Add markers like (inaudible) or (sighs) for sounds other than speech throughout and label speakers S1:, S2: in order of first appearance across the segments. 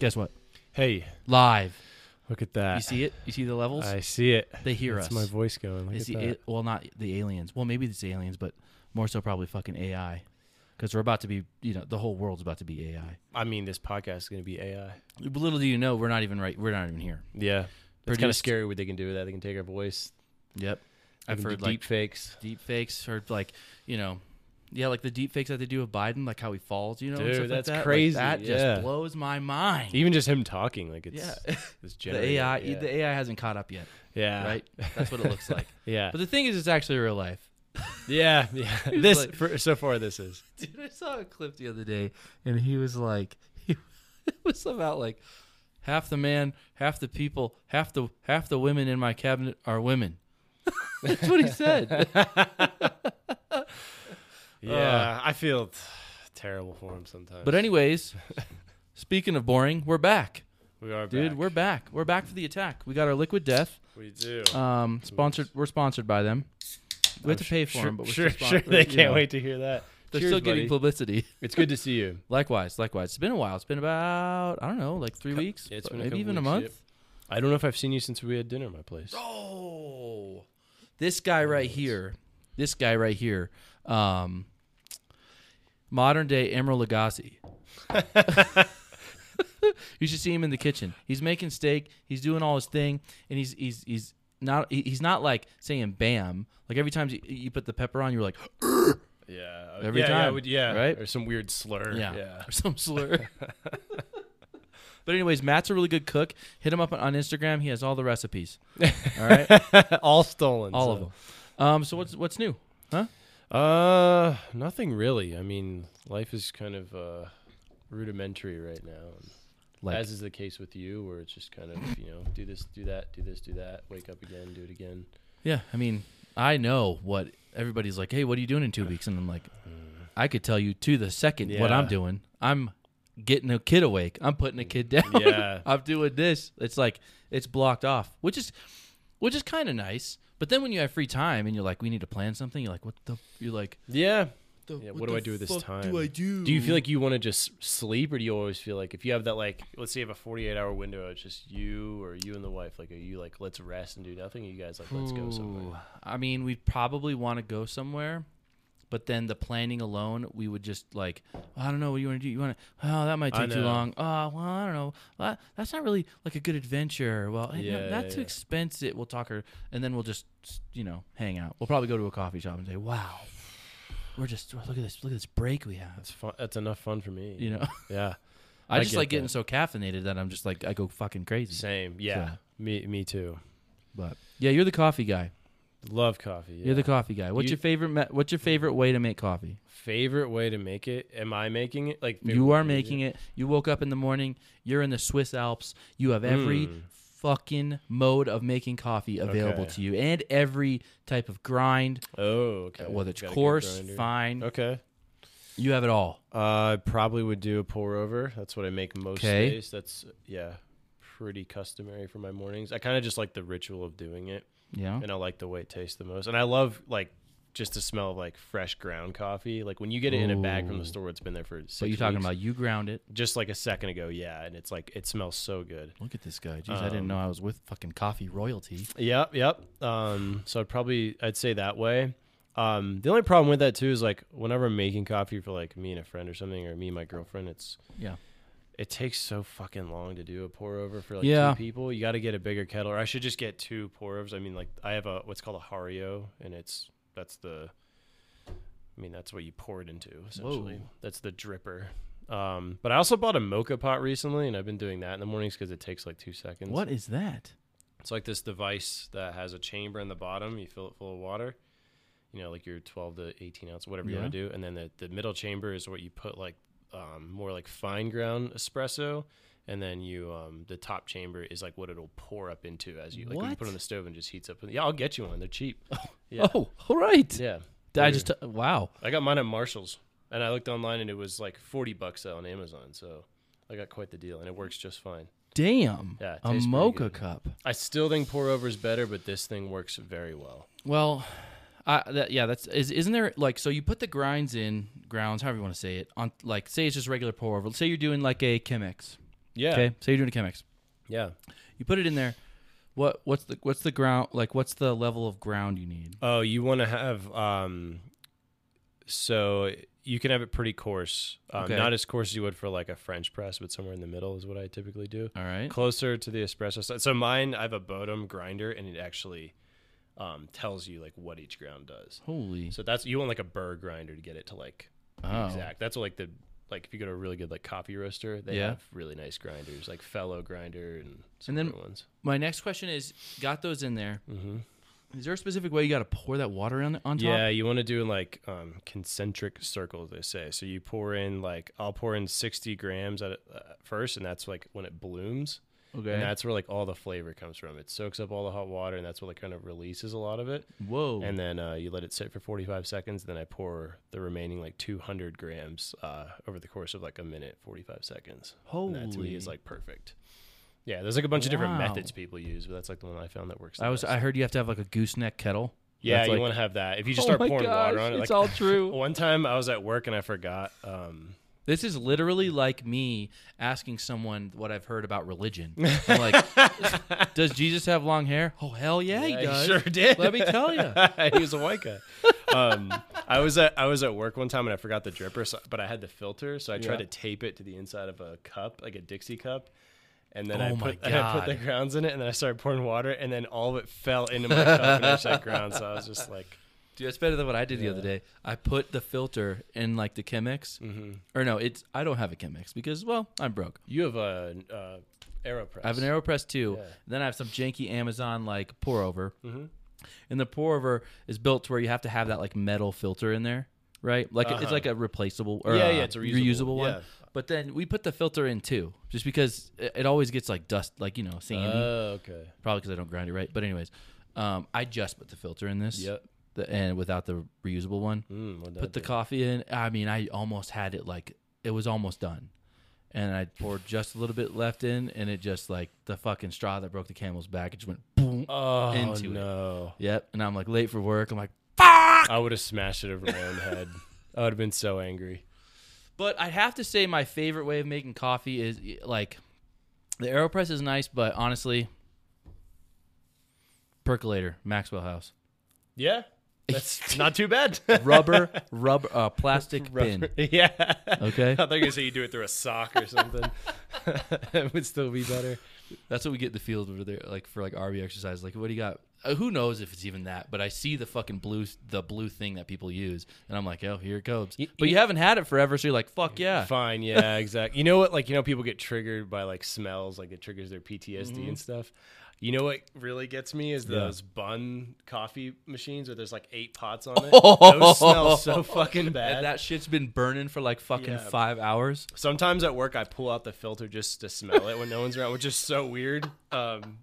S1: Guess what?
S2: Hey,
S1: Live.
S2: look at that.
S1: You see it? You see the levels?
S2: I see it.
S1: They hear
S2: That's
S1: us.
S2: my voice going. Look
S1: It's
S2: at
S1: the
S2: that.
S1: a- well, not the aliens. Well, maybe it's the aliens, but more so probably fucking AI, because we're about to be, you know, the whole world's about to be AI.
S2: I mean, this podcast is going to be AI.
S1: Little do you know, we're not even right. We're not even here.
S2: Yeah. It's kind of
S1: Produced-
S2: scary what they can do with that. They can take our voice.
S1: Yep,
S2: They
S1: I've
S2: can do
S1: heard like
S2: deep fakes.
S1: deep fakes, heard like you know, yeah, like the deep fakes that they do of Biden, like how he falls, you know, and
S2: Dude,
S1: stuff like
S2: that's
S1: that. Like,
S2: crazy,
S1: that
S2: yeah.
S1: just blows my mind.
S2: Even just him talking, like it's,
S1: Yeah,
S2: it's
S1: (laughs)
S2: generated.
S1: the AI,
S2: Yeah.
S1: the AI hasn't caught up yet,
S2: yeah.
S1: right? That's what it
S2: (laughs)
S1: looks like.
S2: Yeah.
S1: But the thing is, it's actually real life.
S2: yeah. Yeah.
S1: (laughs)
S2: This,
S1: like-
S2: for, so far, this is.
S1: (laughs) Dude, I saw a clip the other day, and he was like, (laughs) he it was about like half the man, half the people, half the half the women in my cabinet are women. (laughs) That's what he
S2: (laughs)
S1: said.
S2: Yeah. Uh, I feel t- terrible for him sometimes.
S1: but anyways, speaking of boring, we're back,
S2: we are
S1: dude.
S2: back.
S1: We're back. We're back for the attack. We got our liquid death.
S2: We do.
S1: Um, sponsored. We're sponsored by them. We have to pay for
S2: Oh, sure,
S1: them, but we're
S2: sure,
S1: still spon-
S2: sure
S1: you
S2: they can't
S1: know,
S2: wait to hear that.
S1: They're
S2: Cheers,
S1: still getting
S2: buddy.
S1: publicity.
S2: It's good to see you.
S1: Likewise, likewise. It's been a while. It's been about I don't know, like three
S2: Cou-
S1: weeks.
S2: yeah, it's
S1: but
S2: been a
S1: maybe
S2: couple
S1: even a
S2: weeks,
S1: month.
S2: yep. I don't know if I've seen you since we had dinner at my place.
S1: Oh, this guy right here, this guy right here, um, modern day Emeril
S2: (laughs)
S1: Lagasse. you should see him in the kitchen. He's making steak. He's doing all his thing, and he's he's he's not he- he's not like saying bam. Like every time you, you put the pepper on, you're like
S2: Yeah,
S1: Every
S2: yeah, Yeah, I
S1: time,
S2: would, yeah,
S1: right?
S2: Or some weird slur.
S1: yeah,
S2: yeah.
S1: or some slur. (laughs) but anyways, Matt's a really good cook. Hit him up on, on Instagram. He has all the
S2: (laughs)
S1: recipes. All right,
S2: all stolen.
S1: all of
S2: so.
S1: them. Um, so what's what's new? Huh?
S2: Uh, nothing really. I mean, life is kind of uh, rudimentary right now. and
S1: Like
S2: as is the case with you, where it's just kind of you know do this, do that, do this, do that. Wake up again, do it again.
S1: Yeah, I mean, I know what everybody's like. Hey, what are you doing in two weeks? And I'm like, I could tell you to the second what
S2: Yeah.
S1: I'm doing. I'm getting a kid awake. I'm putting a kid (laughs) down.
S2: Yeah.
S1: I'm doing this. It's like it's blocked off, which is which is kind of nice. But then when you have free time and you're like, we need to plan something. You're like, what the? You're like,
S2: Yeah.
S1: the,
S2: Yeah, what do
S1: the
S2: I do with this
S1: fuck
S2: time?
S1: Do I do?
S2: Do you feel like you want to just sleep, or do you always feel like if you have that like, let's say you have a forty-eight hour window, it's just you or you and the wife. Like, are you like let's rest and do nothing? Or you guys like let's go somewhere?
S1: Ooh. I mean, we'd probably want to go somewhere, but then the planning alone, we would just like, "Oh, I don't know, what do you want to do? You want to? Oh, that might
S2: I
S1: take too
S2: know.
S1: long. Oh, well, I don't know. Well, that's not really like a good adventure. Well, eh, no,
S2: Yeah,
S1: that's
S2: yeah,
S1: too
S2: yeah.
S1: expensive. We'll talk her, and then we'll just, you know, hang out. We'll probably go to a coffee shop and say, Wow, we're just look at this, look at this break we have.
S2: That's fun. That's enough fun for me.
S1: You know,
S2: Yeah.
S1: I,
S2: (laughs) I
S1: just
S2: get
S1: like getting
S2: that.
S1: so caffeinated that I'm just like I go fucking crazy.
S2: Same. Yeah.
S1: So-
S2: Me. Me too.
S1: But yeah, you're the coffee guy.
S2: Love coffee. Yeah.
S1: You're the coffee guy. What's
S2: You-
S1: your favorite? Me- what's your favorite way to make coffee?
S2: favorite way to make it. Am I making it? Like
S1: You are making it. You woke up in the morning. You're in the Swiss Alps. You have every
S2: Mm.
S1: fucking mode of making coffee available
S2: Okay.
S1: to you and every type of grind,
S2: Oh, okay.
S1: whether it's
S2: Got a good
S1: coarse,
S2: grinder.
S1: fine.
S2: Okay.
S1: You have it all.
S2: Uh, I probably would do a pour over. That's what I make most
S1: 'Kay.
S2: days. That's yeah, pretty customary for my mornings. I kind of just like the ritual of doing it,
S1: Yeah.
S2: and I like the way it tastes the most. And I love like just the smell of like fresh ground coffee. Like when you get it in a bag from the
S1: Ooh.
S2: store, it's been there for. Six
S1: What are you talking
S2: weeks.
S1: about? You ground it.
S2: Just like a second ago, yeah, and it's like it smells so good.
S1: Look at this guy. Jeez, I didn't know
S2: Um,
S1: I was with fucking coffee royalty.
S2: Yep, yep. Um, so I'd probably I'd say that way. Um, the only problem with that too is like whenever I'm making coffee for like me and a friend or something, or me and my girlfriend, it's
S1: Yeah.
S2: it takes so fucking long to do a pour over for like
S1: Yeah.
S2: two people. You got to get a bigger kettle, or I should just get two pour overs. I mean, like I have a what's called a hario, and it's that's the, I mean that's what you pour it into essentially.
S1: Whoa.
S2: That's the dripper. Um, but I also bought a mocha pot recently, and I've been doing that in the mornings because it takes like two seconds.
S1: What is that?
S2: It's like this device that has a chamber in the bottom. You fill it full of water, you know, like your 12 to 18 ounce, whatever you
S1: Yeah.
S2: want to do. And then the, the middle chamber is what you put like um, more like fine ground espresso. And then you, um, the top chamber is like what it'll pour up into as you like when you put
S1: What?
S2: it on the stove and just heats up. Yeah,
S1: (laughs)
S2: I'll get you one. They're cheap. Yeah.
S1: Oh, all right.
S2: Yeah.
S1: I just wow.
S2: I got mine at Marshall's. And I looked online and it was like 40 bucks on Amazon. So I got quite the deal and it works just fine.
S1: Damn.
S2: Yeah, it
S1: a
S2: tastes pretty
S1: mocha
S2: good.
S1: cup.
S2: I still think pour over is better, but this thing works very well.
S1: Well, I, that, yeah, that's is isn't there like so you put the grinds in grounds, however you want to say it, on like say it's just regular pour over. Say you're doing like a Chemex.
S2: Yeah.
S1: Okay, say you're doing a Chemex.
S2: Yeah.
S1: You put it in there. What what's the what's the ground like? What's the level of ground you need?
S2: Oh, you want to have um, so you can have it pretty coarse, um,
S1: Okay.
S2: not as coarse as you would for like a French press, but somewhere in the middle is what I typically do.
S1: All right.
S2: Closer to the espresso side. So mine, I have a Bodum grinder, and it actually um, tells you like what each ground does.
S1: Holy.
S2: So that's you want like a burr grinder to get it to like be
S1: Oh.
S2: exact. That's what, like the like if you go to a really good like coffee roaster, they
S1: Yeah.
S2: have really nice grinders, like Fellow grinder and some
S1: And then-
S2: other ones.
S1: My next question is: Got those in there?
S2: Mm-hmm.
S1: Is there a specific way you got to pour that water on on top?
S2: Yeah, you want to do in like um, concentric circles, they say. So you pour in like I'll pour in sixty grams at uh, first, and that's like when it blooms,
S1: Okay.
S2: and that's where like all the flavor comes from. It soaks up all the hot water, and that's what like kind of releases a lot of it.
S1: Whoa.
S2: And then uh, you let it sit for forty five seconds, and then I pour the remaining like two hundred grams uh, over the course of like a minute, forty five seconds. And that to me is
S1: Holy.
S2: like perfect. Yeah, there's like a bunch of different
S1: Wow.
S2: methods people use, but that's like the one I found that works. The
S1: I was.
S2: best.
S1: I heard you have to have like a gooseneck kettle.
S2: yeah,
S1: That's
S2: you
S1: like-
S2: want to have that. If you just
S1: Oh
S2: start
S1: my
S2: pouring water
S1: gosh,
S2: on it,
S1: It's
S2: like,
S1: all true.
S2: (laughs) One time I was at work and I forgot. Um,
S1: This is literally like me asking someone what I've heard about religion. I'm like, does Jesus have long hair? Oh hell yeah, he does.
S2: sure did.
S1: Let me tell you.
S2: (laughs) he was a white guy. Um, I was at I was at work one time and I forgot the dripper, so, but I had the filter, so I tried
S1: Yeah.
S2: to tape it to the inside of a cup, like a Dixie cup. And then
S1: Oh
S2: I,
S1: my
S2: put, and (laughs) I put the
S1: God.
S2: grounds in it, and then I started pouring water, and then all of it fell into my cup and I said grounds. So I was just like,
S1: Dude, that's better than what I did the other day. I put the filter in like the Chemex, or no, it's I don't have a Chemex because well, I'm broke.
S2: "You have a uh, Aeropress."
S1: I have an Aeropress too.
S2: Yeah. Mm-hmm.
S1: Then I have some janky Amazon like pour over, and the pour over is built to where you have to have that like metal filter in there, right? Like it's
S2: Uh-huh.
S1: like a replaceable or
S2: Yeah,
S1: uh,
S2: yeah, it's a reusable,
S1: reusable one.
S2: yeah.
S1: But then we put the filter in too, just because it, it always gets like dust, like you know, sandy.
S2: Oh, okay.
S1: Probably because I don't grind it right. But anyways, um, I just put the filter in this.
S2: Yep.
S1: The, and without the reusable one,
S2: Mm, what'd
S1: put
S2: that
S1: the
S2: do?
S1: coffee in. I mean, I almost had it like it was almost done, and I poured just a little bit left in, and it just like the fucking straw that broke the camel's back. It just went boom.
S2: oh
S1: into it.
S2: no.
S1: Yep. And I'm like late for work. I'm like,
S2: I would have smashed it over my own head. I would have been so angry.
S1: but I have to say my favorite way of making coffee is like the Aeropress is nice, but honestly, percolator Maxwell House.
S2: Yeah, that's not too (laughs) bad.
S1: (laughs) Rubber, rubber, uh, plastic bin.
S2: Yeah.
S1: Okay,
S2: I thought you were gonna say you do it through a sock or something. (laughs) it would still be better.
S1: that's what we get in the field over there, like for like RV exercise. Like, what do you got? Uh, who knows if it's even that? But I see the fucking blue, the blue thing that people use, and I'm like, oh, here it comes. But you haven't had it forever, so you're like, fuck yeah.
S2: Fine. Yeah. Exactly. You know what? Like you know, people get triggered by like smells. Like it triggers their PTSD and stuff. You know what really gets me is those bun coffee machines where there's like eight pots on it. Those smell (laughs) so fucking bad.
S1: And that shit's been burning for like fucking
S2: Yeah.
S1: five hours.
S2: Sometimes at work, I pull out the filter just to smell it when no one's around, which is so weird. Um,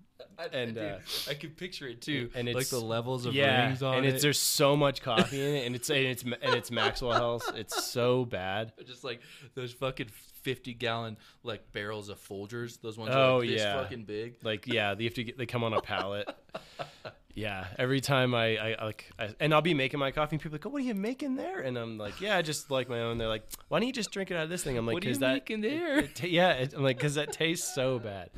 S2: and uh,
S1: I can picture it too,
S2: and
S1: like
S2: it's-
S1: the levels of
S2: yeah,
S1: rings on
S2: and
S1: it.
S2: it's there's so much coffee in it, and it's and it's and it's
S1: (laughs)
S2: Maxwell House. It's so bad.
S1: just like those fucking fifty gallon like barrels of Folgers. Those ones
S2: Oh,
S1: are like, this
S2: yeah.
S1: fucking big.
S2: Like yeah, they have to get they come on a pallet. Yeah, every time I, I I like I, and I'll be making my coffee, and people are like, oh, what are you making there? And I'm like, yeah, I just like my own. They're like, why don't you just drink it out of this thing? I'm like,
S1: what are you
S2: because that
S1: making there?
S2: It ta- yeah, it, I'm like, because that tastes so bad.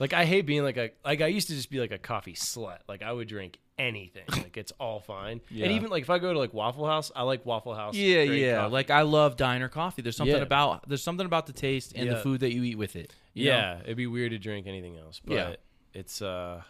S2: Like I hate being like a like I used to just be like a coffee slut. Like I would drink anything. Like it's all fine.
S1: Yeah.
S2: And even like if I go to like Waffle House, I like Waffle House.
S1: Yeah,
S2: great
S1: yeah.
S2: coffee.
S1: Like I love diner coffee. There's something
S2: Yeah.
S1: about there's something about the taste and the
S2: Yeah.
S1: food that you eat with it. you know?
S2: yeah. It'd be weird to drink anything else. But
S1: Yeah.
S2: it's uh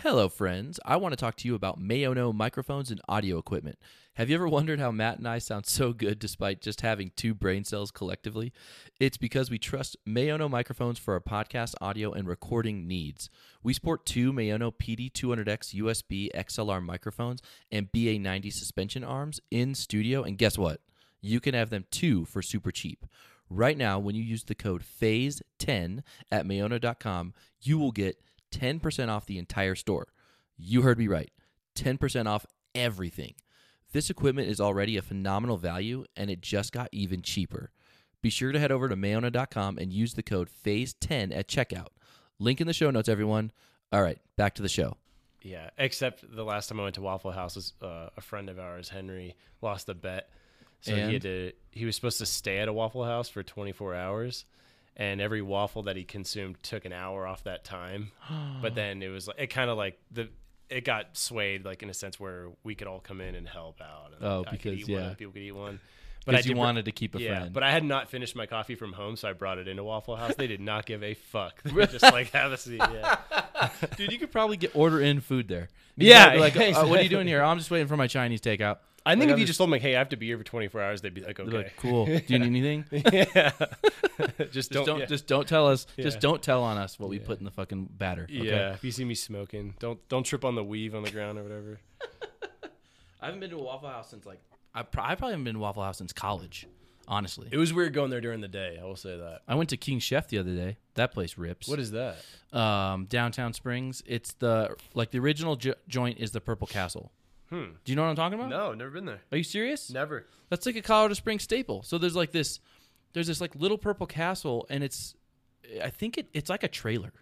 S1: Hello, friends. I want to talk to you about Mayono microphones and audio equipment. Have you ever (laughs) wondered how Matt and I sound so good despite just having two brain cells collectively? It's because we trust Mayono microphones for our podcast audio and recording needs. We sport two Mayono PD200X USB XLR microphones and BA90 suspension arms in studio, and guess what? You can have them too for super cheap. Right now, when you use the code PHASE10 at Mayono.com, you will get 10% off the entire store. You heard me right 10% off everything. This equipment is already a phenomenal value and it just got even cheaper. Be sure to head over to mayona.com and use the code phase10 at checkout. Link in the show notes, everyone. All right, back to the show.
S2: Yeah, except the last time I went to Waffle House, was, uh, a friend of ours, Henry, lost a bet, so
S1: And?
S2: he had to. He was supposed to stay at a Waffle House for 24 hours, and every waffle that he consumed took an hour off
S1: (gasps)
S2: that time. but then it was like it kind of like the it got swayed like in a sense where we could all come in and help out. And
S1: Oh,
S2: like, I could
S1: because,
S2: eat one,
S1: yeah.
S2: people could eat one.
S1: Because you
S2: did re-
S1: wanted to keep a
S2: yeah,
S1: friend.
S2: but I had not finished my coffee from home, so I brought it into Waffle House. They did not give a fuck. (laughs) They were just like, have a (laughs) seat. Yeah.
S1: Dude, you could probably get order in food there.
S2: You Yeah,
S1: Be like,
S2: (laughs)
S1: "Uh,
S2: yeah,
S1: what are you
S2: exactly.
S1: doing here? I'm just waiting for my Chinese takeout.
S2: I think
S1: Like,
S2: if
S1: I'm
S2: you just told them, like, hey, I have to be here for 24 hours, they'd be like,
S1: They're
S2: okay.
S1: Like, cool. Do you
S2: (laughs)
S1: need anything? Just
S2: yeah. (laughs) just don't.
S1: don't,
S2: yeah.
S1: just don't tell us. Just
S2: Yeah.
S1: don't tell on us what we put in the fucking batter. Okay?
S2: Yeah, If you see me smoking, don't don't trip on the weave on the ground or whatever.
S1: I haven't been to a Waffle House since like I, pr- I probably haven't been to Waffle House since college. Honestly,
S2: It was weird going there during the day. I will say that.
S1: I went to King Chef the other day. That place rips.
S2: What is that?
S1: um, downtown Springs? It's the like the original jo- joint is the Purple Castle. Hmm. Do you know what I'm talking about?
S2: No, never been there.
S1: Are you serious?
S2: Never.
S1: That's like a Colorado Springs staple. So there's like this, there's this like little purple castle, and it's, I think it it's like a trailer.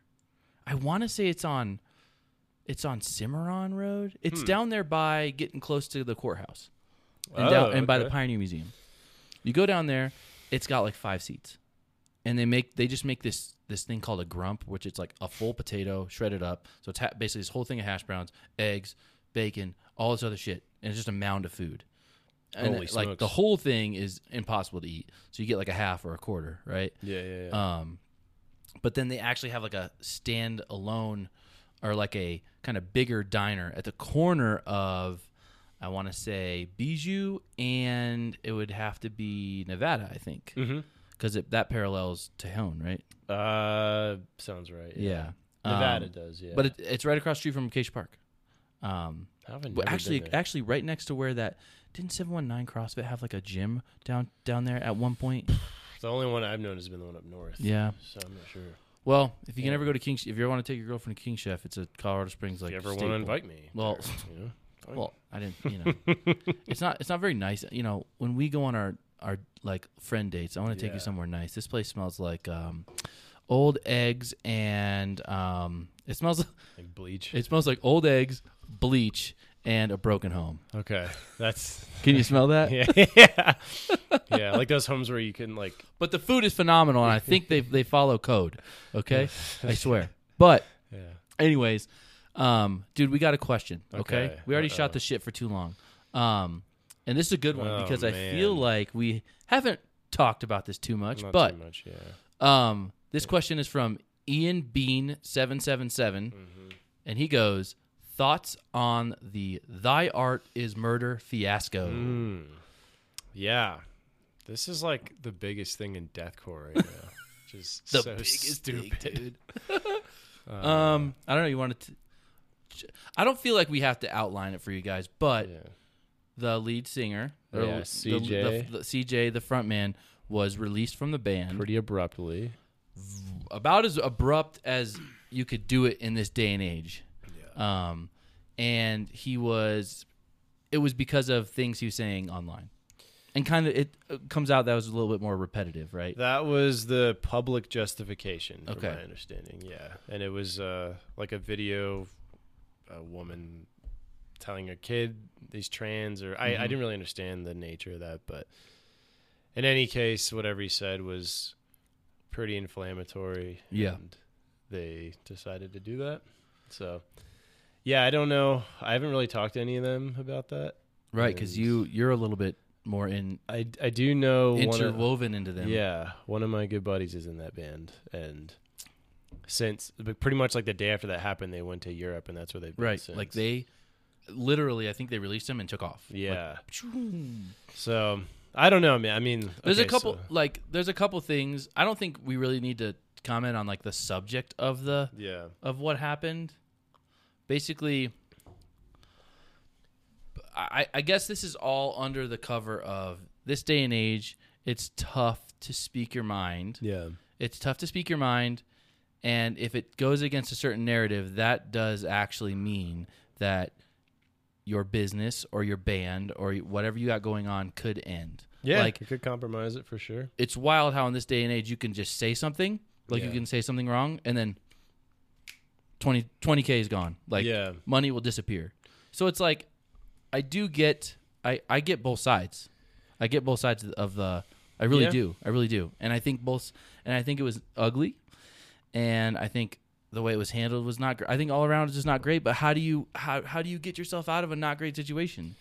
S1: I want to say it's on, it's on Cimarron Road. It's down there by getting close to the courthouse, and down,
S2: Oh,
S1: and by the
S2: okay.
S1: Pioneer Museum. You go down there, it's got like five seats, and they make they just make this this thing called a grump, which it's like a full potato shredded up. So it's ha- basically this whole thing of hash browns, eggs, bacon, all this other shit, and it's just a mound of food and
S2: Holy
S1: like the
S2: smokes.
S1: whole thing is impossible to eat. So you get like a half or a quarter, right?
S2: Yeah, yeah, yeah.
S1: Um, but then they actually have like a stand alone or like a kind of bigger diner at the corner of I want to say Bijou and it would have to be Nevada, I think.
S2: Mm. Um,
S1: Cuz that parallels Tejon, right?
S2: Uh, sounds right.
S1: Yeah.
S2: Nevada
S1: Um,
S2: does. Yeah.
S1: But it, it's right across the street from Acacia Park. Um,
S2: I've never
S1: well,
S2: been
S1: actually,
S2: there.
S1: actually, right next to where that didn't seven one nine CrossFit have like a gym down down there at one
S2: (laughs)
S1: point?
S2: the only one I've known has been the one up north.
S1: Yeah.
S2: So I'm not sure.
S1: Well, if you can ever go to King, if you ever want to take your girlfriend to King Chef, it's a Colorado Springs like.
S2: If you ever want
S1: staple.
S2: to invite me?
S1: Well-
S2: there, you know? Fine.
S1: Well, I didn't. You know,
S2: (laughs)
S1: it's not it's not very nice. You know, when we go on our our like friend dates, I want to take
S2: Yeah.
S1: you somewhere nice. This place smells like um, old eggs and um, it smells
S2: like bleach.
S1: it smells like old eggs, bleach, and a broken home. (laughs)
S2: okay, that's
S1: Can you smell that? (laughs)
S2: (laughs) yeah, yeah, yeah. Like those homes where you can like
S1: But the food is phenomenal, and I think they they follow code. (laughs)
S2: (laughs)
S1: Okay, I swear. But
S2: yeah.
S1: anyways, um, dude, we got a question. Okay,
S2: Okay.
S1: we already shot
S2: Uh-oh.
S1: the shit for too long. Um, and this is a good one
S2: Oh,
S1: because I feel
S2: man.
S1: like we haven't talked about this too much.
S2: Not
S1: but
S2: too much. Yeah.
S1: um, this question is from Ian Bean seven seven seven,
S2: Mm-hmm.
S1: and he goes. Thoughts on the "Thy Art Is Murder" fiasco?
S2: Mm. Yeah. This is like the biggest thing in deathcore
S1: (laughs)
S2: right now. Just
S1: the
S2: so
S1: biggest thing,
S2: stupid. Uh.
S1: dude.
S2: (laughs)
S1: um, I don't know. You wanted to? I don't feel like we have to outline it for you guys, but
S2: Yeah.
S1: the lead singer, or
S2: Yeah,
S1: the-
S2: CJ.
S1: the, the, CJ, the frontman, was released from the band
S2: Pretty abruptly.
S1: about as abrupt as you could do it in this day and age. Um, and he was, it was because of things he was saying online, and kind of it uh, comes out that was a little bit more repetitive, right?
S2: That was the public justification, from
S1: Okay.
S2: my understanding. Yeah, and it was uh, like a video, of a woman telling her kid he's trans, or I, I
S1: Mm-hmm.
S2: didn't really understand the nature of that, but in any case, whatever he said was pretty inflammatory.
S1: Yeah.
S2: and they decided to do that. So, yeah, I don't know. I haven't really talked to any of them about that.
S1: Right, because you you're a little bit more in
S2: I, I do know one of-
S1: interwoven into them.
S2: Yeah, one of my good buddies is in that band, and since but pretty much like the day after that happened, they went to Europe, and that's where they've been
S1: Right.
S2: since.
S1: Like they literally I think they released him and took off.
S2: yeah.
S1: Pshoo.
S2: so I don't know, man. I mean,
S1: There's
S2: okay,
S1: a couple
S2: so-
S1: like there's a couple things. I don't think we really need to comment on like the subject of the
S2: yeah,
S1: of what happened. Basically I I guess this is all under the cover of this day and age, it's tough to speak your mind.
S2: yeah,
S1: it's tough to speak your mind and if it goes against a certain narrative that does actually mean that your business or your band or whatever you got going on could end.
S2: Yeah,
S1: Like
S2: you could compromise it for sure.
S1: it's wild how in this day and age you can just say something, like you
S2: Yeah.
S1: can say something wrong and then 20 20k is gone. Like
S2: yeah,
S1: money will disappear. So it's like I do get I I get both sides. I get both sides of the I really
S2: Yeah.
S1: do. I really do. And I think both and I think it was ugly and I think the way it was handled was not great. I think all around it's just not great, but how do you how how do you get yourself out of a not great situation?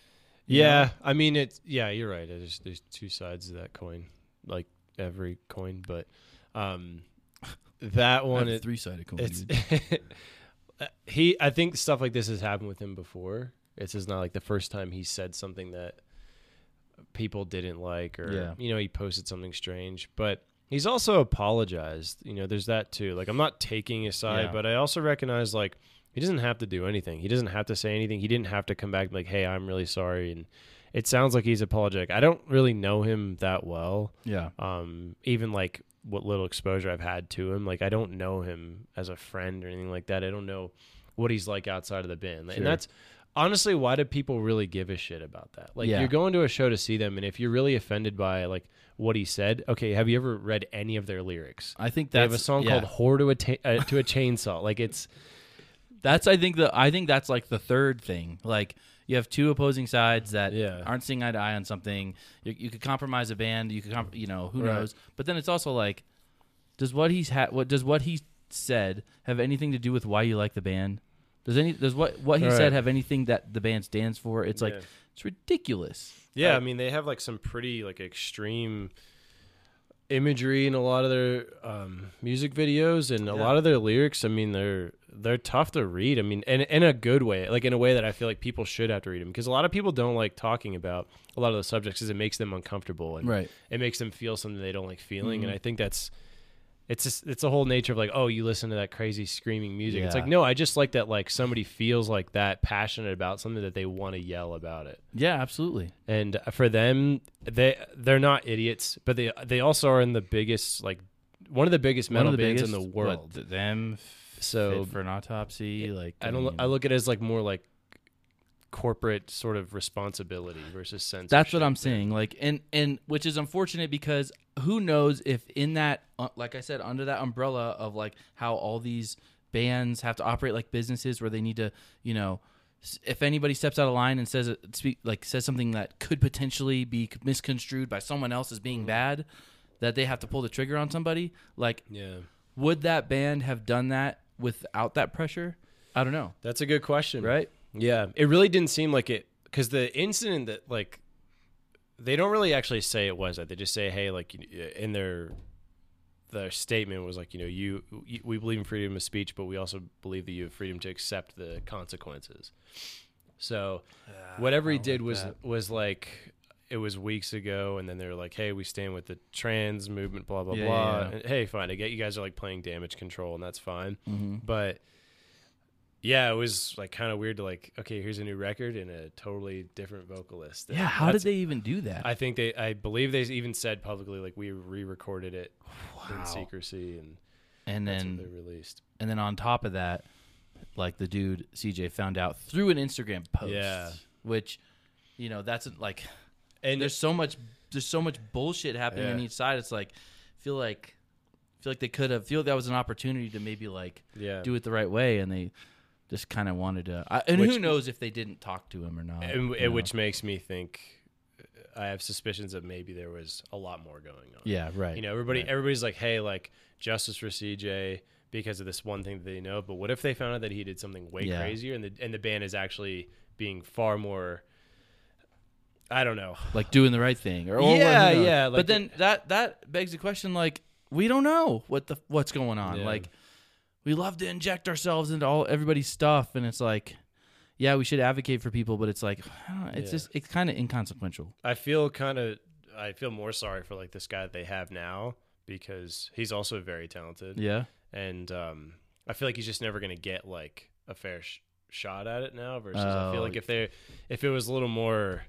S1: You know?
S2: yeah. I mean, it's yeah. You're right. There's there's two sides to that coin, like every coin. But um, that one, it,
S1: three-sided coin.
S2: it's (laughs) Uh, he. I think stuff like this has happened with him before. It's just not like the first time he said something that people didn't like, or
S1: Yeah.
S2: you know, he posted something strange. But he's also apologized. You know, there's that too. Like I'm not taking his side,
S1: Yeah.
S2: but I also recognize like he doesn't have to do anything. He doesn't have to say anything. He didn't have to come back and be like, hey, I'm really sorry. And it sounds like he's apologetic. I don't really know him that well
S1: yeah.
S2: um, even like what little exposure I've had to him. Like I don't know him as a friend or anything like that. I don't know what he's like outside of the bin.
S1: Sure.
S2: And that's honestly why do people really give a shit about that? Like
S1: Yeah.
S2: you're going to a show to see them, and if you're really offended by like what he said, okay, have you ever read any of their lyrics?
S1: I think
S2: They
S1: that's
S2: have a song
S1: yeah.
S2: called "Whore to a Ta- uh, to a Chainsaw." Like it's
S1: That's I think the I think that's like the third thing. Like you have two opposing sides that
S2: Yeah.
S1: aren't seeing eye to eye on something. You, you could compromise a band. You could comp- you know who
S2: Right.
S1: knows. But then it's also like, does what he's had what does what he said have anything to do with why you like the band? Does any does what what he
S2: Right.
S1: said have anything that the band stands for? It's like
S2: Yeah.
S1: it's ridiculous.
S2: Yeah,
S1: Like,
S2: I mean they have like some pretty like extreme imagery in a lot of their um, music videos and a lot of their lyrics. I mean they're they're tough to read. I mean, and in a good way, like in a way that I feel like people should have to read them because a lot of people don't like talking about a lot of those subjects because it makes them uncomfortable and
S1: right. Mm-hmm.
S2: it makes them feel something they don't like feeling. And I think that's it's just it's the whole nature of like oh you listen to that crazy screaming music. It's
S1: Yeah.
S2: like no, I just like that like somebody feels like that passionate about something that they want to yell about it
S1: Yeah, absolutely.
S2: and for them they they're not idiots but they they also are in the biggest like one of the biggest metal
S1: One of the
S2: bands
S1: biggest,
S2: in the
S1: what,
S2: world
S1: th- them
S2: so
S1: fit for an autopsy. Like
S2: i don't
S1: mean-
S2: i look at it as like more like corporate sort of responsibility versus sense
S1: That's what I'm saying. Like, and and which is unfortunate because who knows if in that, uh, like I said, under that umbrella of like how all these bands have to operate like businesses where they need to, you know, s- if anybody steps out of line and says it- speak like says something that could potentially be misconstrued by someone else as being bad, that they have to pull the trigger on somebody. Like,
S2: yeah
S1: would that band have done that without that pressure? I don't know.
S2: that's a good question
S1: Right?
S2: yeah it really didn't seem like it because the incident that like they don't really actually say it was that they just say hey like you- in their their statement was like you know you, you we believe in freedom of speech but we also believe that you have freedom to accept the consequences so
S1: Ah,
S2: whatever he did was was like it was weeks ago and then they were like hey we stand with the trans movement blah blah
S1: Yeah,
S2: blah
S1: yeah, yeah.
S2: And, hey fine i get you guys are like playing damage control and that's fine
S1: Mm-hmm.
S2: but yeah, it was like kind of weird to like, okay, here's a new record and a totally different vocalist. And
S1: Yeah. How did
S2: that's-
S1: they even do that?
S2: I think they, I believe they even said publicly like we re-recorded it
S1: Wow.
S2: in secrecy and
S1: and
S2: that's
S1: then
S2: what they released.
S1: And then on top of that, like the dude CJ found out through an Instagram post.
S2: Yeah.
S1: Which, you know, that's like
S2: And
S1: there's so much there's so much bullshit happening on
S2: Yeah.
S1: each side. It's like feel like feel like they could have feel that was an opportunity to maybe like
S2: yeah,
S1: do it the right way and they just kind of wanted to I, and who
S2: Which-
S1: knows if they didn't talk to him or not.
S2: and,
S1: you know?
S2: and which makes me think uh, I have suspicions that maybe there was a lot more going on.
S1: yeah, right.
S2: You know, everybody
S1: right.
S2: everybody's like, hey, like justice for CJ because of this one thing that they know. But what if they found out that he did something way
S1: Yeah.
S2: crazier and the and the band is actually being far more I don't know.
S1: like doing the right thing or or
S2: Yeah,
S1: who knows.
S2: yeah, like-
S1: but then that that begs the question like we don't know what the what's going on
S2: Yeah.
S1: like we love to inject ourselves into all everybody's stuff and it's like yeah we should advocate for people but it's like (sighs) I don't know, it's
S2: Yeah.
S1: just it's kind of inconsequential
S2: I feel kind of I feel more sorry for like this guy that they have now because he's also very talented.
S1: yeah
S2: and um, I feel like he's just never gonna get like a fair sh- shot at it now. Versus, I feel
S1: Oh.
S2: like if they if it was a little more,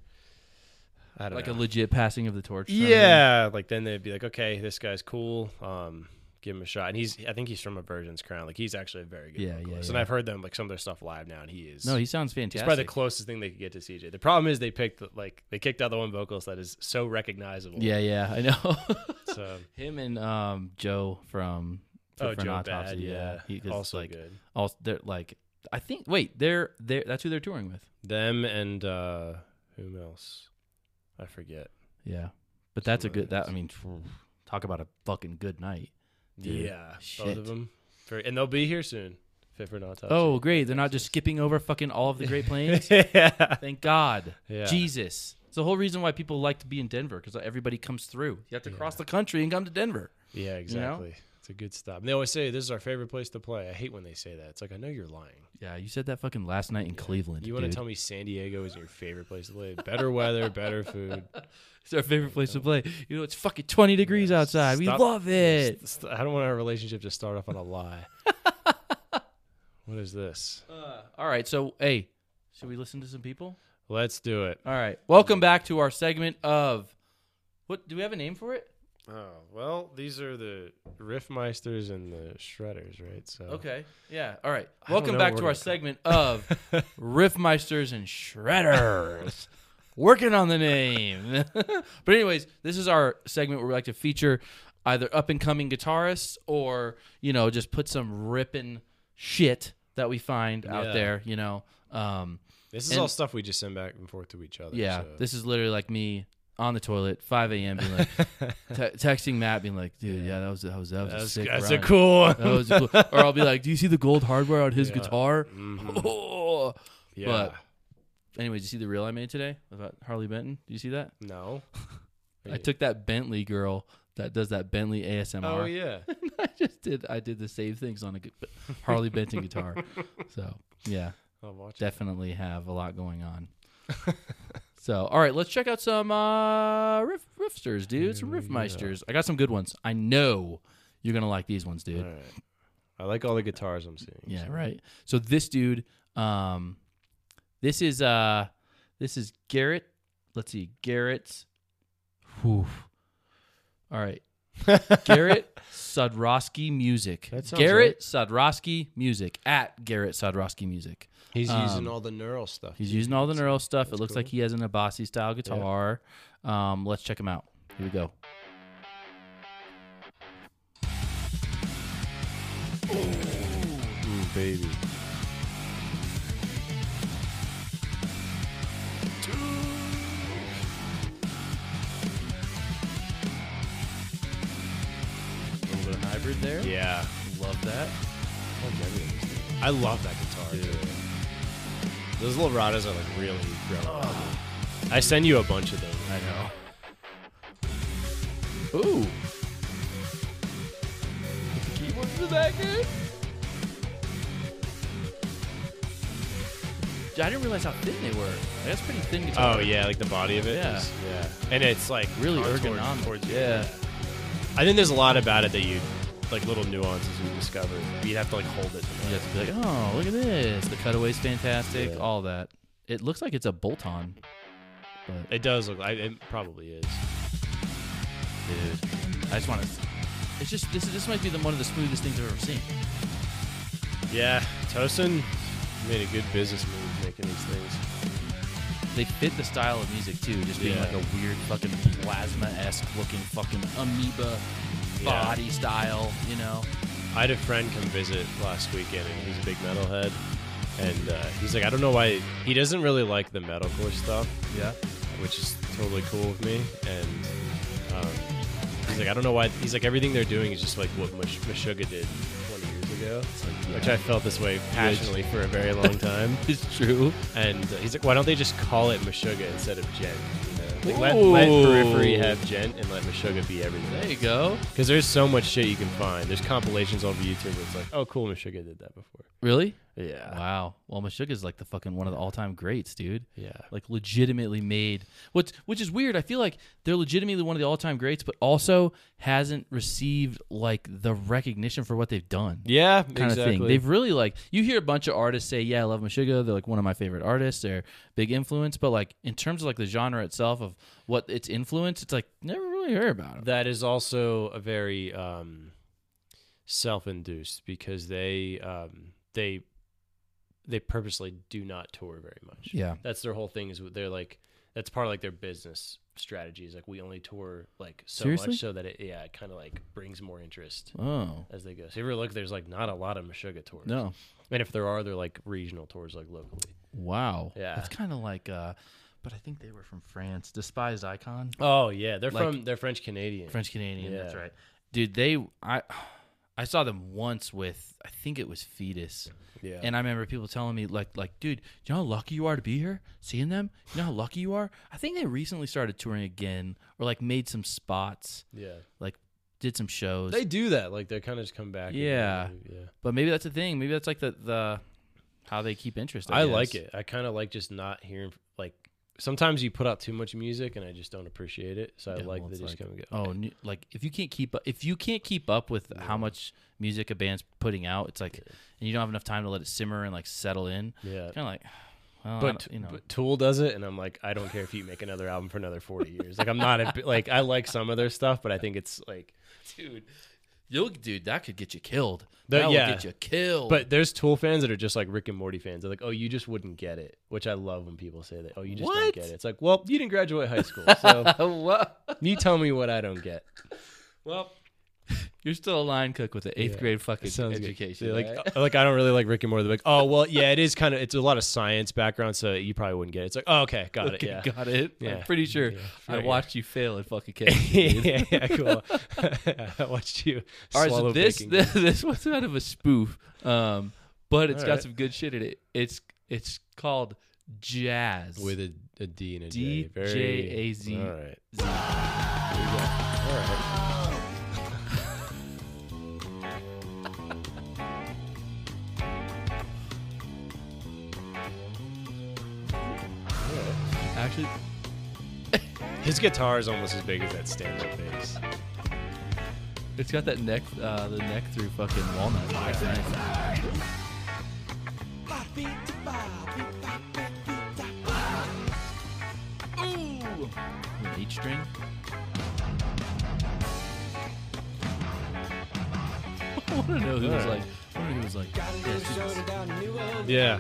S2: I don't
S1: like
S2: know,
S1: a legit passing of the torch
S2: yeah, like then they'd be like, okay, this guy's cool. Um, give him a shot. And he's I think he's from a Virgin's Crown. Like he's actually a very good
S1: Yeah, yeah,
S2: vocalist. And
S1: yeah.
S2: I've heard them like some of their stuff live now, and he is
S1: No, he sounds
S2: It's
S1: fantastic.
S2: probably the closest thing they could get to CJ. The problem is they picked like they kicked out the one vocalist that is so recognizable.
S1: yeah, yeah, I know. (laughs)
S2: So
S1: Him and um, Joe from for,
S2: oh,
S1: for an
S2: Joe
S1: autopsy.
S2: Bad, yeah,
S1: he, 'cause,
S2: also
S1: like
S2: good.
S1: all they're like I think wait they're they are that's who they're touring with.
S2: Them and uh whom else? I forget.
S1: Yeah, but that's a
S2: Somebody
S1: good that
S2: else.
S1: I mean phew, talk about a fucking good night. Dude,
S2: yeah, both
S1: shit.
S2: of them. Very, and they'll be here soon. Fit for an autopsy. (laughs)
S1: Oh great, they're not just skipping over fucking all of the Great Plains.
S2: yeah.
S1: (laughs) Thank (laughs) God,
S2: Yeah.
S1: Jesus. It's the whole reason why people like to be in Denver because everybody comes through. You have to cross the country and come to Denver.
S2: Yeah, exactly. It's a good stop. And they always say this is our favorite place to play. I hate when they say that. It's like I know you're lying.
S1: Yeah, you said that fucking last night in Cleveland.
S2: You want to
S1: dude.
S2: tell me San Diego is your favorite place to play? Better weather, better food.
S1: It's our favorite place to play. You know, it's fucking 20 degrees outside.
S2: Stop-
S1: We love it.
S2: St- st- I don't want our relationship to start off on
S1: (laughs)
S2: a lie. what is this?
S1: All right, so hey, should we listen to some people?
S2: Let's do it.
S1: All right. Welcome back to our segment of what do we have a name for it?
S2: Oh well, these are the riffmeisters and the shredders, right? So
S1: Okay. Yeah. All right.
S2: I don't
S1: Welcome
S2: know
S1: back
S2: where
S1: to our
S2: to go.
S1: segment
S2: (laughs)
S1: of Riffmeisters and Shredders. Working on the name. (laughs) but anyways, this is our segment where we like to feature either up and coming guitarists or, you know, just put some ripping shit that we find out
S2: Yeah.
S1: there, you know. Um
S2: this is
S1: And-
S2: all stuff we just send back and forth to each other.
S1: Yeah,
S2: so. (laughs)
S1: this is literally like me on the toilet, 5 a.m. being like, te- texting Matt, being like, dude, yeah, that was that was that was
S2: That
S1: a
S2: was-
S1: sick.
S2: that's a
S1: run.
S2: cool one. (laughs)
S1: That was cool. Or I'll be like, do you see the gold hardware on his
S2: Yeah.
S1: guitar?
S2: Mhm.
S1: (laughs) Oh.
S2: Yeah.
S1: Anyways, you see the reel I made today about Harley Benton? Do you see that?
S2: no.
S1: I took that Bentley girl that does that Bentley ASMR.
S2: Oh yeah.
S1: (laughs) I just did. I did the same things on a gu- Harley Benton
S2: (laughs)
S1: guitar. So yeah,
S2: I'll watch it.
S1: definitely have a lot going
S2: (laughs)
S1: on. so, all right, let's check out some uh, riff, riffsters, dude. Some
S2: Here we go.
S1: riffmeisters. I got some good ones. I know you're gonna like these ones, dude.
S2: All right. I like all the guitars I'm seeing.
S1: Yeah,
S2: so.
S1: right. So this dude, um, this is uh, this is Garrett. Let's see, Garrett. Whew. All
S2: (laughs)
S1: right, Garrett Sudrowski Music.
S2: That sounds
S1: Garrett Sudrowski Music at Garrett Sudrowski Music.
S2: He's
S1: Um,
S2: using all the neural stuff.
S1: He's using all the neural stuff. it
S2: That's
S1: looks like
S2: cool.
S1: he has an Abassi style guitar. Um, let's check him out. Here we go.
S2: Ooh, baby.
S1: A little bit of hybrid there.
S2: Yeah.
S1: Love that.
S2: I love that guitar. Dude. Those Lorados are like really relevant. I send you a bunch of those.
S1: I know. Ooh. Keyboards are that good? I didn't realize how thin they were. Like, That's pretty thin guitar.
S2: Oh yeah, like the body of it.
S1: Yeah.
S2: is- yeah. And it's like
S1: Really
S2: contoured
S1: ergonomic.
S2: towards you.
S1: Yeah.
S2: I think there's a lot about it that you like little nuances you discover. You'd have to like hold it. To
S1: You have to be like, oh, look at this. The cutaway's fantastic.
S2: Yeah.
S1: All that. It looks like it's a bolt-on. But
S2: it does look. like It probably is.
S1: dude, I just want to. It's just this. This might be the one of the smoothest things I've ever seen.
S2: Yeah. Tosin made a good business move making these things.
S1: they fit the style of music too, just being
S2: Yeah.
S1: like a weird fucking plasma esque looking fucking amoeba
S2: Yeah.
S1: body style, you know?
S2: I had a friend come visit last weekend, and he's a big metalhead. And uh, he's like, I don't know why he doesn't really like the metalcore stuff,
S1: Yeah.
S2: which is totally cool with me. And um, he's like, I don't know why. He's like, everything they're doing is just like what Mush- Meshuggah did 20 years ago, which I felt this way passionately for a very long time.
S1: It's true.
S2: And uh, he's like, why don't they just call it Meshuggah instead of Gent? You know? Like, let, let
S1: Ooh.
S2: Periphery have Gent and let Meshuggah be everything.
S1: There you go.
S2: Because there's so much shit you can find. There's compilations over YouTube that's like, oh, cool, Meshuggah did that before.
S1: Really?
S2: Yeah.
S1: Wow. Well, Meshuggah's like the fucking one of the all time greats, dude.
S2: Yeah.
S1: Like legitimately made, which which is weird. I feel like they're legitimately one of the all time greats, but also hasn't received like the recognition for what they've done.
S2: Yeah,
S1: kind
S2: exactly.
S1: of thing. They've really like you hear a bunch of artists say, "Yeah, I love Meshuggah. They're like one of my favorite artists. They're big influence." But like in terms of like the genre itself of what its influence, it's like never really heard about it.
S2: that is also a very um self-induced because they um, they they purposely do not tour very much.
S1: Yeah.
S2: that's their whole thing. Is they're like that's part of like their business strategy. Is like we only tour like so
S1: Seriously?
S2: much so that it yeah it kind of like brings more interest
S1: Oh
S2: as they go. So if you ever look, there's like not a lot of Meshuggah tours.
S1: no!
S2: and if there are, they're like regional tours, like locally.
S1: Wow.
S2: Yeah.
S1: That's kind of like, uh, but I think they were from France. Despised Icon,
S2: Oh yeah, they're
S1: Like-
S2: from they're French Canadian.
S1: French Canadian. That's
S2: Yeah.
S1: right, dude. They I I saw them once with I think it was Fetus.
S2: Yeah.
S1: And I remember people telling me like like dude, you know how lucky you are to be here seeing them. You know how lucky you are. I think they recently started touring again, or like made some spots,
S2: yeah.
S1: like did some shows.
S2: They do that. Like they kind of just come back. and-
S1: Yeah.
S2: yeah.
S1: but maybe that's the thing. Maybe that's like the the how they keep interest.
S2: I,
S1: I,
S2: like
S1: guess.
S2: it. I kind of like just not hearing. Like sometimes you put out too much music and I just don't appreciate it. So I
S1: Yeah,
S2: like
S1: well,
S2: that
S1: it's
S2: just
S1: like-
S2: come and go.
S1: Oh, new, like if you can't keep up, if you can't keep up with how much music a band's putting out, it's like, and you don't have enough time to let it simmer and like settle in.
S2: yeah.
S1: Kind of like, (sighs) well, I
S2: But,
S1: don't- oh, you know,
S2: but Tool does it, and I'm like, I don't care if you make another album for another 40 years. Like I'm not a, bi- like I like some of their stuff, but I think it's like,
S1: dude, you'll dude that could get you killed.
S2: The-
S1: that
S2: yeah.
S1: will get you killed.
S2: but there's Tool fans that are just like Rick and Morty fans. They're like, oh, you just wouldn't get it, which I love when people say that. Oh, you just
S1: What?
S2: don't get it. It's like, well, you didn't graduate high school, so
S1: (laughs)
S2: you tell me what I don't get.
S1: well, you're still a line cook with an eighth
S2: Yeah.
S1: grade fucking
S2: Sounds good.
S1: education.
S2: Yeah, like,
S1: right?
S2: uh, like I don't really like Rick and Morty. They're Like, oh well, yeah, it is kind of. It's a lot of science background, so you probably wouldn't get it. It's like, oh, (laughs) okay, got
S1: Okay,
S2: it. (laughs) Yeah,
S1: got it. I'm
S2: Yeah.
S1: pretty sure
S2: Yeah,
S1: I
S2: right, yeah.
S1: watched you fail at
S2: (laughs)
S1: fucking chemistry. dude.
S2: yeah, yeah, cool. (laughs) I watched you.
S1: All right,
S2: swallow
S1: so this (laughs)
S2: baking.
S1: this, this was kind of a spoof, um, but it's
S2: All
S1: got
S2: right.
S1: some good shit in it. It's it's called jazz.
S2: with a, a D and a
S1: D
S2: J. Very-
S1: J A Z.
S2: All right.
S1: Actually,
S2: His guitar is almost as big as that stand-up bass.
S1: it's got that neck uh, the neck through fucking walnut. That's nice. With each string. (laughs) I want to know who was
S2: All right.
S1: like. I wonder who was like. "Yeah, this is-
S2: Yeah.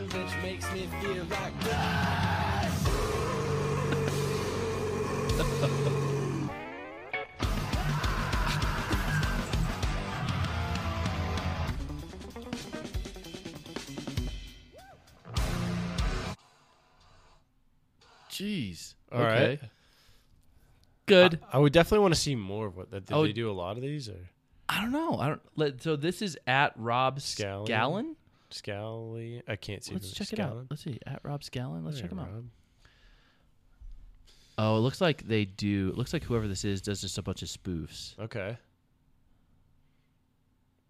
S1: Jeez.
S2: All right.
S1: Good. Oh.
S2: I would definitely want to see more of what. That, did
S1: I would-
S2: they do a lot of these or
S1: I don't know. I don't. Let, so this is at Rob
S2: Scallon?
S1: Scallon.
S2: Scally? I can't see.
S1: Let's
S2: from
S1: check it out.
S2: Scallon.
S1: Let's see. At Rob Scallon. Let's check him
S2: Yeah,
S1: out.
S2: Rob.
S1: Oh, it looks like they do. It looks like whoever this is does just a bunch of spoofs.
S2: Okay.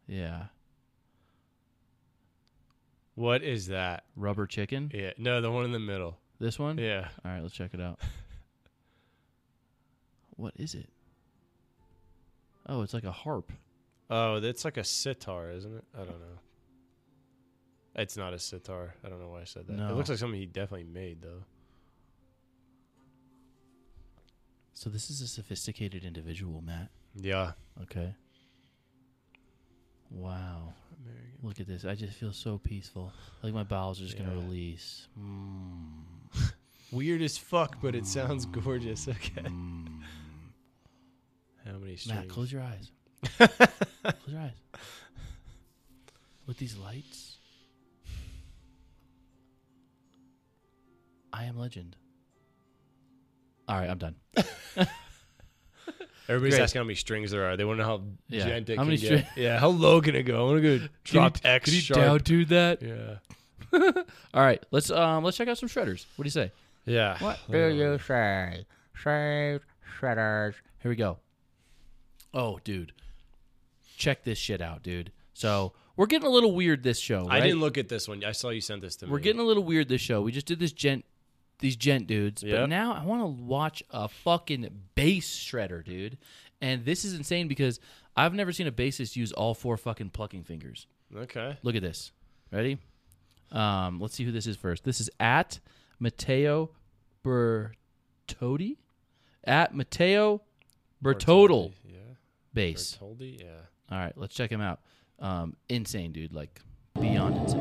S1: Yeah.
S2: What is that?
S1: Rubber Chicken.
S2: Yeah. No, the one in the middle.
S1: This one.
S2: Yeah.
S1: All right. Let's check it
S2: (laughs)
S1: out. what is it? Oh, it's like a harp.
S2: Oh, that's like a sitar, isn't it? I don't know. It's not a sitar. I don't know why I said that. It looks
S1: No.
S2: like something he definitely made, though.
S1: So this is a sophisticated individual, Matt.
S2: Yeah.
S1: Okay. Wow. Look at this. I just feel so peaceful. Like my bowels are just going
S2: Yeah.
S1: to release. Mm.
S2: Weird as fuck, but it sounds gorgeous. (laughs) (laughs) Okay.
S1: Mm.
S2: How many strings?
S1: Matt, close your eyes. (laughs) close your eyes. With these lights, I am legend. All right, I'm done.
S2: Everybody's
S1: Great.
S2: asking how many strings there are. They want to know how
S1: Yeah.
S2: giant it
S1: How
S2: can
S1: many
S2: get. Yeah. How low can it go? I want to go
S1: (laughs)
S2: drop
S1: Can you-
S2: X
S1: can you
S2: sharp.
S1: down do that?
S2: Yeah.
S1: All right, let's um let's check out some shredders. What do you say?
S2: Yeah.
S3: What do you say? Shave shredders.
S1: Here we go. Oh, dude. Check this shit out, dude. So we're getting a little weird this show.
S2: I
S1: right?
S2: didn't look at this one. I saw you sent this to me.
S1: We're getting a little weird this show. We just did this gent, these gent dudes, but
S2: Yep.
S1: now I want to watch a fucking bass shredder, dude. And this is insane because I've never seen a bassist use all four fucking plucking fingers.
S2: Okay.
S1: Look at this. Ready? Um, let's see who this is first. This is at Matteo Bertodi. At Matteo Bertodal
S2: Yeah.
S1: bass.
S2: Bertoldi. Yeah. (laughs)
S1: All right, let's check him out. Um, insane, dude. Like beyond insane.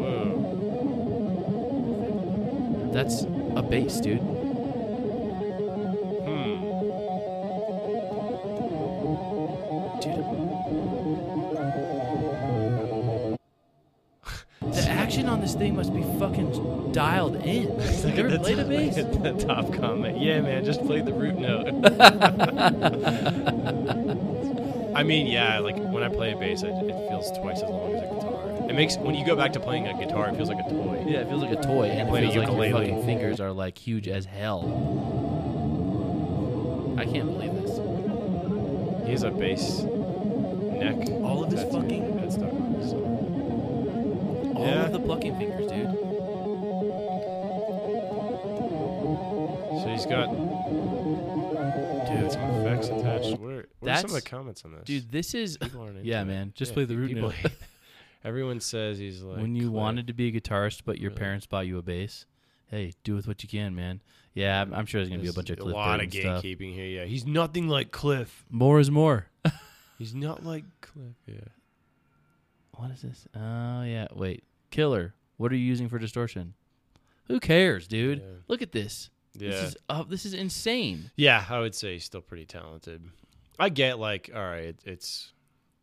S2: Whoa.
S1: That's a bass, dude.
S2: Hmm.
S1: Dude. (laughs) The action on this thing must be fucking dialed in.
S2: (laughs)
S1: You ever
S2: That's-
S1: played a bass?
S2: look at that top comment. Yeah, man, just played the root note. (laughs) I mean, yeah, like when I play a bass, it, it feels twice as long as a guitar. It makes when you go back to playing a guitar, it feels like a toy.
S1: Yeah, it feels like a toy, and it
S2: Playing a
S1: feels like your
S2: ukulele.
S1: fucking fingers are like huge as hell. I can't believe this.
S2: He has a bass neck.
S1: All of his
S2: That's-
S1: fucking-
S2: That's not so.
S1: All
S2: Yeah.
S1: of the plucking fingers, dude.
S2: so he's got dude some effects attached. What are, what are some of the
S1: That's-
S2: comments on this?
S1: Dude, this is.
S2: people aren't.
S1: Yeah,
S2: into it.
S1: man, just play the root
S2: people
S1: note. (laughs)
S2: hate- (laughs) Everyone says he's like
S1: when you
S2: Cliff.
S1: wanted to be a guitarist, but your
S2: Really?
S1: parents bought you a bass, hey, do with what you can, man. Yeah, I'm, I'm sure there's gonna be a
S2: There's
S1: bunch of Cliff
S2: a lot of
S1: Burton stuff.
S2: gatekeeping here. Yeah, he's nothing like Cliff.
S1: More is more.
S2: He's not like Cliff. Yeah.
S1: What is this? Oh yeah, wait, killer. What are you using for distortion? Who cares, dude?
S2: Yeah.
S1: Look at this.
S2: Yeah.
S1: This is uh, this is insane.
S2: yeah, I would say he's still pretty talented. I get like, all right, it's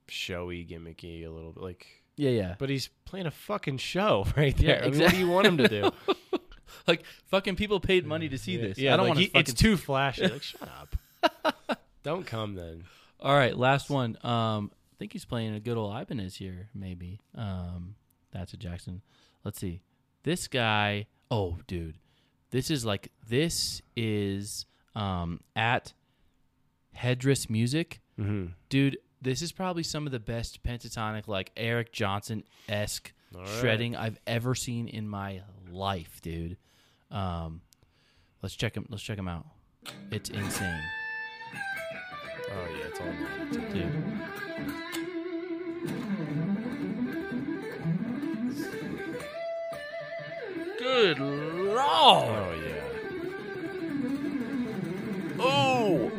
S2: showy, gimmicky a little bit, like,
S1: Yeah, yeah.
S2: but he's playing a fucking show (laughs) right
S1: Yeah,
S2: there. I mean, what do you want him to do?
S1: Like fucking people paid money to (laughs) see
S2: yeah,
S1: this.
S2: Yeah,
S1: I don't
S2: like,
S1: want
S2: he-
S1: to fucking.
S2: It's too
S1: (laughs)
S2: flashy. Like, shut up. Don't come then.
S1: All right, last one. Um, I think he's playing a good old Ibanez here. Maybe. Um, that's a Jackson. Let's see. This guy. Oh, dude, this is like this is um at Headdress Music.
S2: Mm-hmm.
S1: Dude, this is probably some of the best pentatonic, like Eric Johnson esque
S2: All right.
S1: shredding I've ever seen in my life, dude. Um, let's check him. Let's check him out. It's insane,
S2: Oh yeah, it's all.
S1: dude. Good lord!
S2: Oh yeah.
S1: Oh.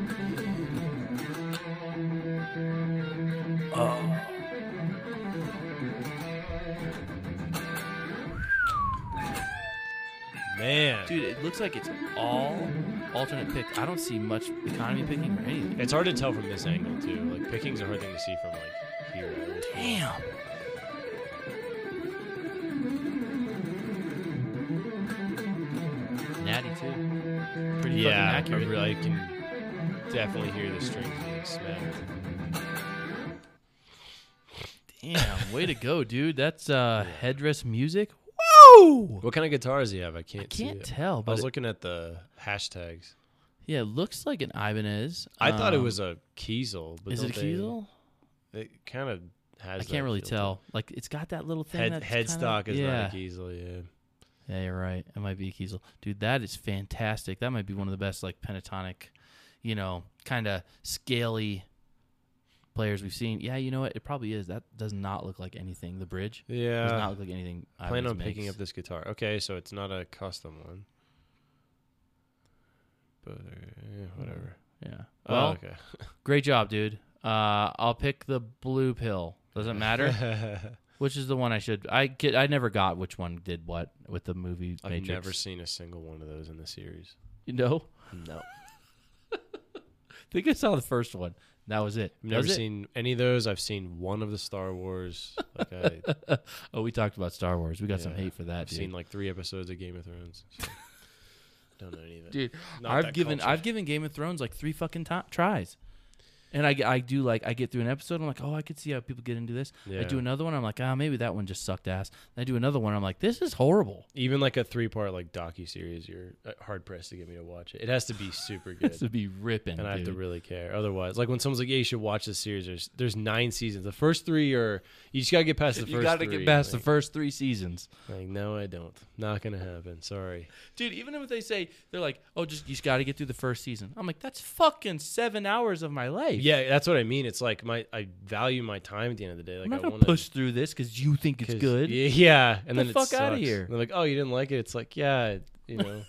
S2: Man.
S1: Dude, it looks like it's all alternate pick. I don't see much economy picking or anything.
S2: It's hard to tell from this angle too. Like picking's a hard thing to see from like here. I would think.
S1: Damn. Natty too. Pretty
S2: yeah,
S1: fucking accurate.
S2: I, really, I can definitely hear the strings being smacked.
S1: Damn, way to go, dude. That's uh headdress music. Whoa!
S2: What kind of guitar does he have? I can't.
S1: I can't
S2: see it.
S1: tell,
S2: I
S1: but
S2: was
S1: it-
S2: looking at the hashtags.
S1: yeah, it looks like an Ibanez.
S2: I thought it
S1: Um,
S2: was a Kiesel, but
S1: Is it a
S2: don't they-
S1: Kiesel?
S2: It kind of has.
S1: I
S2: that
S1: can't really
S2: feel to
S1: tell. Like it's got that little
S2: it.
S1: thing.
S2: Head,
S1: that's
S2: headstock
S1: kinda,
S2: is
S1: yeah.
S2: not a Kiesel. Yeah.
S1: Yeah, you're right. It might be a Kiesel. Dude, that is fantastic. That might be one of the best like pentatonic, you know, kind of scaly players we've seen. Yeah, you know what? It probably is. That does not look like anything. The bridge does
S2: Yeah.
S1: not look like anything. I
S2: Plan on picking up this guitar. Okay, so it's not a custom one. But uh, whatever.
S1: Yeah.
S2: Oh,
S1: Well,
S2: okay.
S1: (laughs)
S2: (laughs)
S1: great job, dude. Uh, I'll pick the blue pill. Doesn't
S2: (laughs)
S1: matter which is the one I should. I get. I never got which one did what with the movie
S2: I've
S1: Matrix.
S2: never seen a single one of those in the series.
S1: You know,
S2: No.
S1: I (laughs) think I saw the first one. That was it.
S2: I've never
S1: Was it?
S2: seen any of those. I've seen one of the Star
S1: (laughs)
S2: Wars. Like I,
S1: Oh, we talked about Star Wars. We got some
S2: Yeah.
S1: hate for that.
S2: I've
S1: dude.
S2: seen like three episodes of Game of Thrones. so
S1: (laughs)
S2: don't know any of it.
S1: dude.
S2: Not
S1: I've
S2: that
S1: given
S2: culture.
S1: I've given Game of Thrones like three fucking ti tries, and I, I do like I get through an episode. I'm like, oh, I could see how people get into this. I do
S2: Yeah.
S1: another one. I'm like, ah, maybe that one just sucked ass. And I do another one. I'm like, this is horrible.
S2: Even like a three part like docu series, you're uh, hard pressed to get me to watch it. It has
S1: (sighs)
S2: to be super good.
S1: This would be ripping.
S2: and I have to
S1: dude.
S2: really care. Otherwise, like when someone's like, "Yeah, you should watch this series." There's there's nine seasons. The first three are you just gotta get past the first.
S1: you got to
S2: three.
S1: get past
S2: like,
S1: the first three seasons,
S2: Like no, I don't. Not gonna happen. Sorry.
S1: dude. Even if they say they're like, oh, just you just got to get through the first season. I'm like, that's fucking seven hours of my life.
S2: Yeah, that's what I mean. It's like my I value my time at the end of the day. Like
S1: I'm not
S2: I
S1: gonna
S2: wanna,
S1: push through this because you think it's
S2: 'cause-
S1: good.
S2: Yeah, yeah. and
S1: the
S2: then it
S1: fuck outta
S2: sucks.
S1: here.
S2: And they're like, "Oh,
S1: (laughs)
S2: you didn't like it?" It's like, yeah, you know,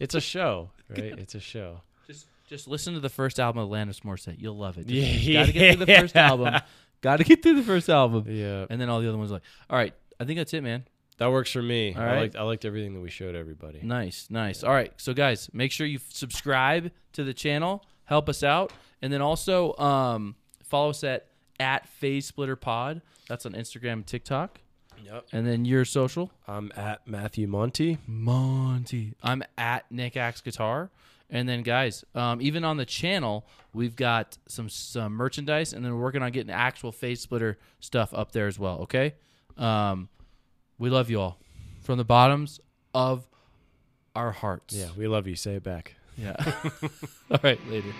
S2: it's a show, right? It's a show.
S1: Just Just listen to the first album of Alanis Morissette. You'll love it. Just
S2: Yeah.
S1: Gotta get through the (laughs) first album. Gotta get through the first album.
S2: Yeah,
S1: And then all the other ones are like, all right, I think that's it, man.
S2: that works for me.
S1: All
S2: I
S1: right.
S2: liked I liked everything that we showed everybody.
S1: Nice, nice. All right, so guys, make sure you subscribe to the channel, help us out, and then also um, follow us at at Phase Splitter Pod. That's on Instagram and TikTok,
S2: Yep.
S1: and then your social
S2: I'm at Matthew Monty.
S1: Monty. I'm at Nick Axe Guitar, and then guys, um, even on the channel, we've got some some merchandise, and then we're working on getting actual Phase Splitter stuff up there as well. Okay, um, we love you all from the bottoms of our hearts.
S2: Yeah, we love you. Say it back.
S1: Yeah. (laughs) All right, later.